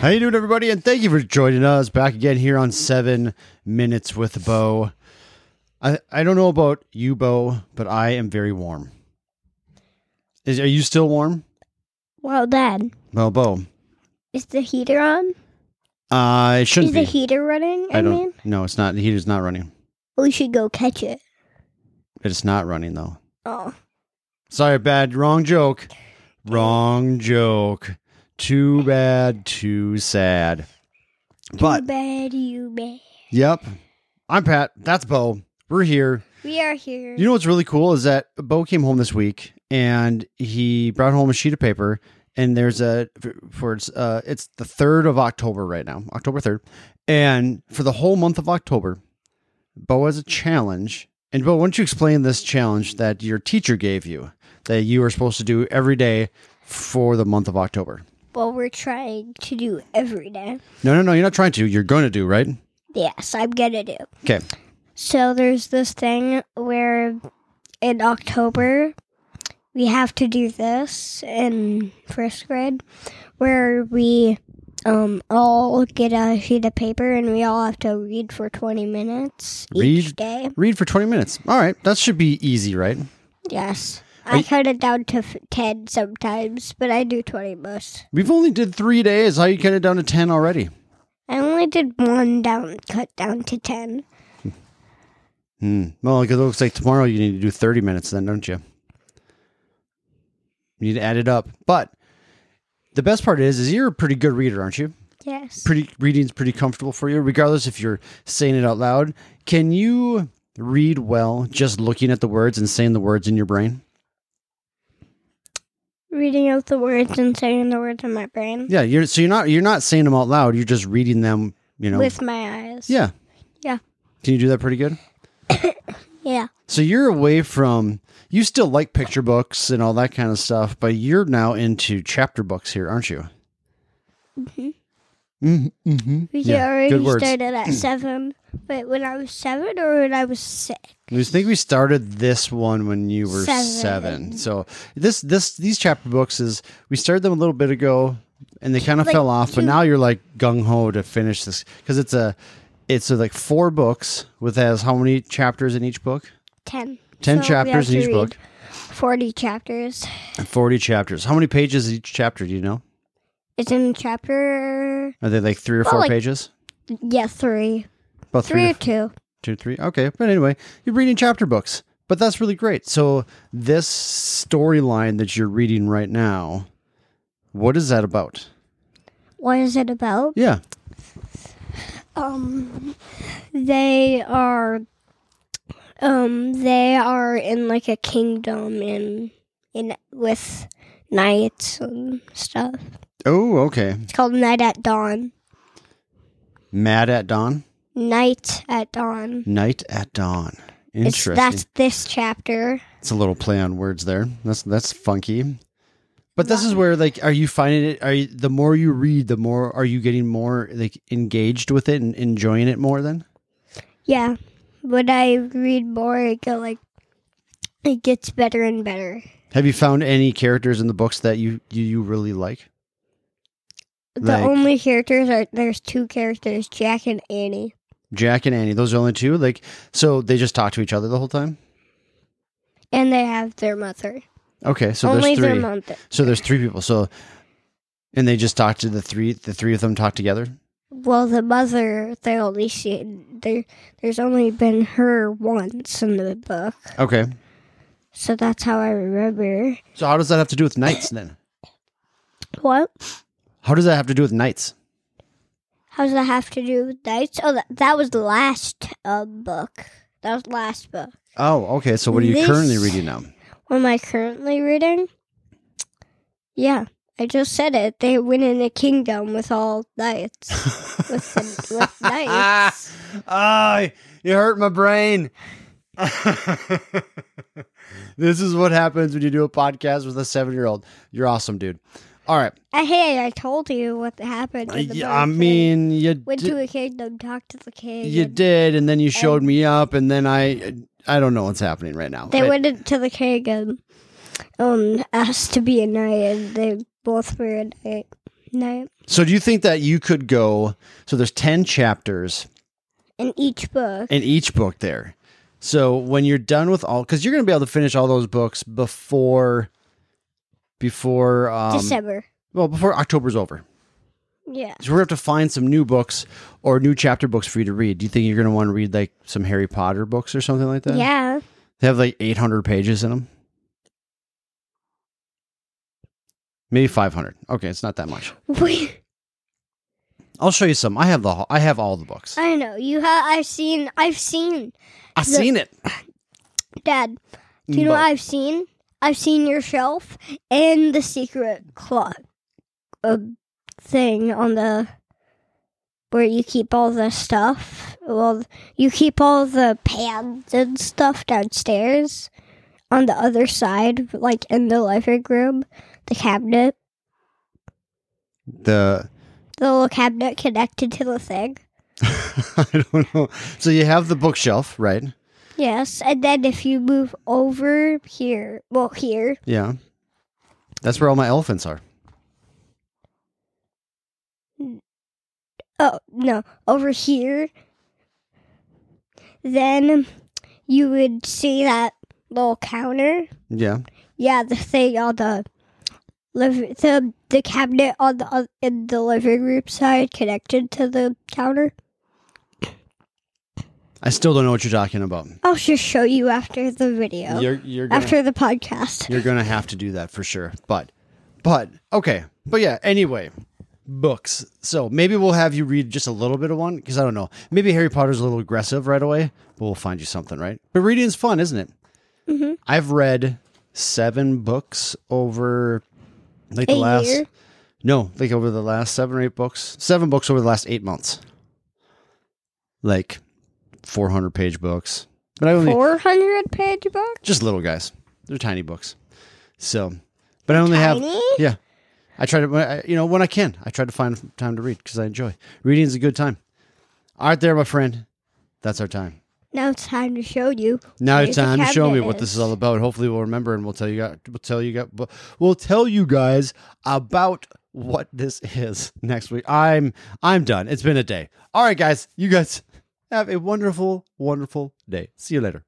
How you doing, everybody? And thank you for joining us back again here on Seven Minutes with Bo. I I don't know about you, Bo, but I am very warm. Is are you still warm? Well, Dad, Well, Bo, is the heater on? uh, it Is shouldn't the be. heater running? I, I don't. mean, No, it's not. The heater's not running. we should go catch it. It's not running though. Oh, Sorry, bad. Wrong joke. Wrong joke. Too bad. Too sad. But too bad you bad. yep, I'm Pat. That's Bo. We're here. We are here. You know what's really cool is that Bo came home this week and he brought home a sheet of paper. And there's a for it's uh it's the third of October right now, October third, and for the whole month of October, Bo has a challenge. And Bo, why don't you explain this challenge that your teacher gave you that you are supposed to do every day for the month of October? well, we're trying to do every day. No, no, no, you're not trying to. You're going to do right. Yes, I'm gonna do. Okay. So there's this thing where in October we have to do this in first grade where we um all get a sheet of paper and we all have to read for 20 minutes each Read? day. Read for 20 minutes. All right, that should be easy, right? Yes. Are I you- cut it down to f- 10 sometimes, but I do 20 most. We've only did three days. How you get it down to 10 already? I only did one down, cut down to 10. Hmm. Well, because it looks like tomorrow you need to do 30 minutes, then, don't you? You need to add it up. But the best part is, is you're a pretty good reader, aren't you? Yes. Pretty reading's pretty comfortable for you, regardless if you're saying it out loud. Can you read well just looking at the words and saying the words in your brain? Reading out the words and saying the words in my brain Yeah. You're so you're not you're not saying them out loud. You're just reading them. You know. with my eyes. yeah. Yeah. Can you do that pretty good? Yeah. So you're away from you still like picture books and all that kind of stuff, but you're now into chapter books here, aren't you? Mm-hmm. Mm-hmm. We Yeah, good already words. started at 7. Wait, when I was 7 or when I was 6? I think we started this one when you were seven. Seven. So this this these chapter books is we started them a little bit ago, and they kind of Like fell off. But two- now you're like gung ho to finish this because it's a it's a, like four books with as how many chapters in each book? 10. Ten So we have chapters in to each read book, 40 chapters. forty chapters. How many pages each chapter? Do you know? It's in chapter, Are they like three or Well, four like- pages? yeah, 3. About 3 three, or 2. two, three. Okay, but anyway, you're reading chapter books, but that's really great. So this storyline that you're reading right now, what is that about? What is it about? Yeah, um they are um they are in like a kingdom in in with knights and stuff Oh, okay. it's called night at dawn Mad at dawn, night at dawn night at dawn. it's Interesting. that's this chapter it's a little play on words there. That's that's funky. But this is where like are you finding it are you, the more you read the more are you getting more like engaged with it and enjoying it more then? yeah when i read more i go like it gets better and better Have you found any characters in the books that you you, you really like? the Like- only characters are there's two characters jack and annie Jack and Annie, those are the only two. Like, so they just talk to each other the whole time. and they have their mother Okay, so only there's their three. mother so there's three people. So, and they just talk to the three. The three of them talk together. Well, the mother, they only see there. There's only been her once in the book, Okay. so that's how I remember. So how does that have to do with knights then? What? How does that have to do with knights? How does that have to do with knights? Oh, that, that was the last uh, book. That was the last book. Oh, okay. So what are you This- currently reading now? What am I currently reading? Yeah, I just said it. They went in a kingdom with all knights. with, the, with knights. Ah, you hurt my brain. this is what happens when you do a podcast with a seven-year-old. You're awesome, dude. All right. I, hey, I told you what happened. in the Yeah, I book. mean, you Went di- to a kingdom, talked to the king. You and- did, and then you showed me up, and then I I don't know what's happening right now. They But- went into the cave and um asked to be a knight, and they both were a knight. night. So do you think that you could go? So there's ten chapters In each book. in each book there. So when you're done with all, because you're going to be able to finish all those books before, before um, December. Well, before October's over. Yeah. So we're going to have to find some new books or new chapter books for you to read. Do you think you're going to want to read like some Harry Potter books or something like that? Yeah. They have like 800 pages in them. Maybe 500. Okay, it's not that much. We, I'll show you some. I have the I have all the books. I know. You have I've seen I've seen I've seen it. Dad. Do you know what But- I've seen? I've seen your shelf and the secret clock uh, thing on the where you keep all the stuff. Well, you keep all the pads and stuff downstairs on the other side, like in the living room, the cabinet, the the little cabinet connected to the thing. I don't know. So you have the bookshelf, right? Yes, and then if you move over here, well, here, Yeah. That's where all my elephants are. oh no over here then you would see that little counter Yeah. yeah the thing on the liv- the the cabinet on the on, in the living room side connected to the counter I still don't know what you're talking about. i'll just show you after the video You're you're gonna, after the podcast You're gonna have to do that for sure. But, but okay, but yeah. Anyway, books. So maybe we'll have you read just a little bit of one because I don't know. Maybe Harry Potter's a little aggressive right away, but we'll find you something, right? But reading's fun, isn't it? Mm-hmm. I've read seven books over like the A last year? no, like over the last seven or eight books, seven books over the last eight months, like four hundred page books. But I only 400 page book just little guys. They're tiny books. So, but I only have Tiny? yeah. I try to when I- you know when I can. I try to find time to read because I enjoy reading is a good time. All right, there, my friend. That's our time. now it's time to show you Now where it's the time to show me cabinet what this is is. all about. Hopefully, we'll remember and we'll tell you guys. We'll tell you guys. We'll tell you guys about what this is next week. I'm I'm done. It's been a day. All right, guys. You guys have a wonderful, wonderful day. See you later.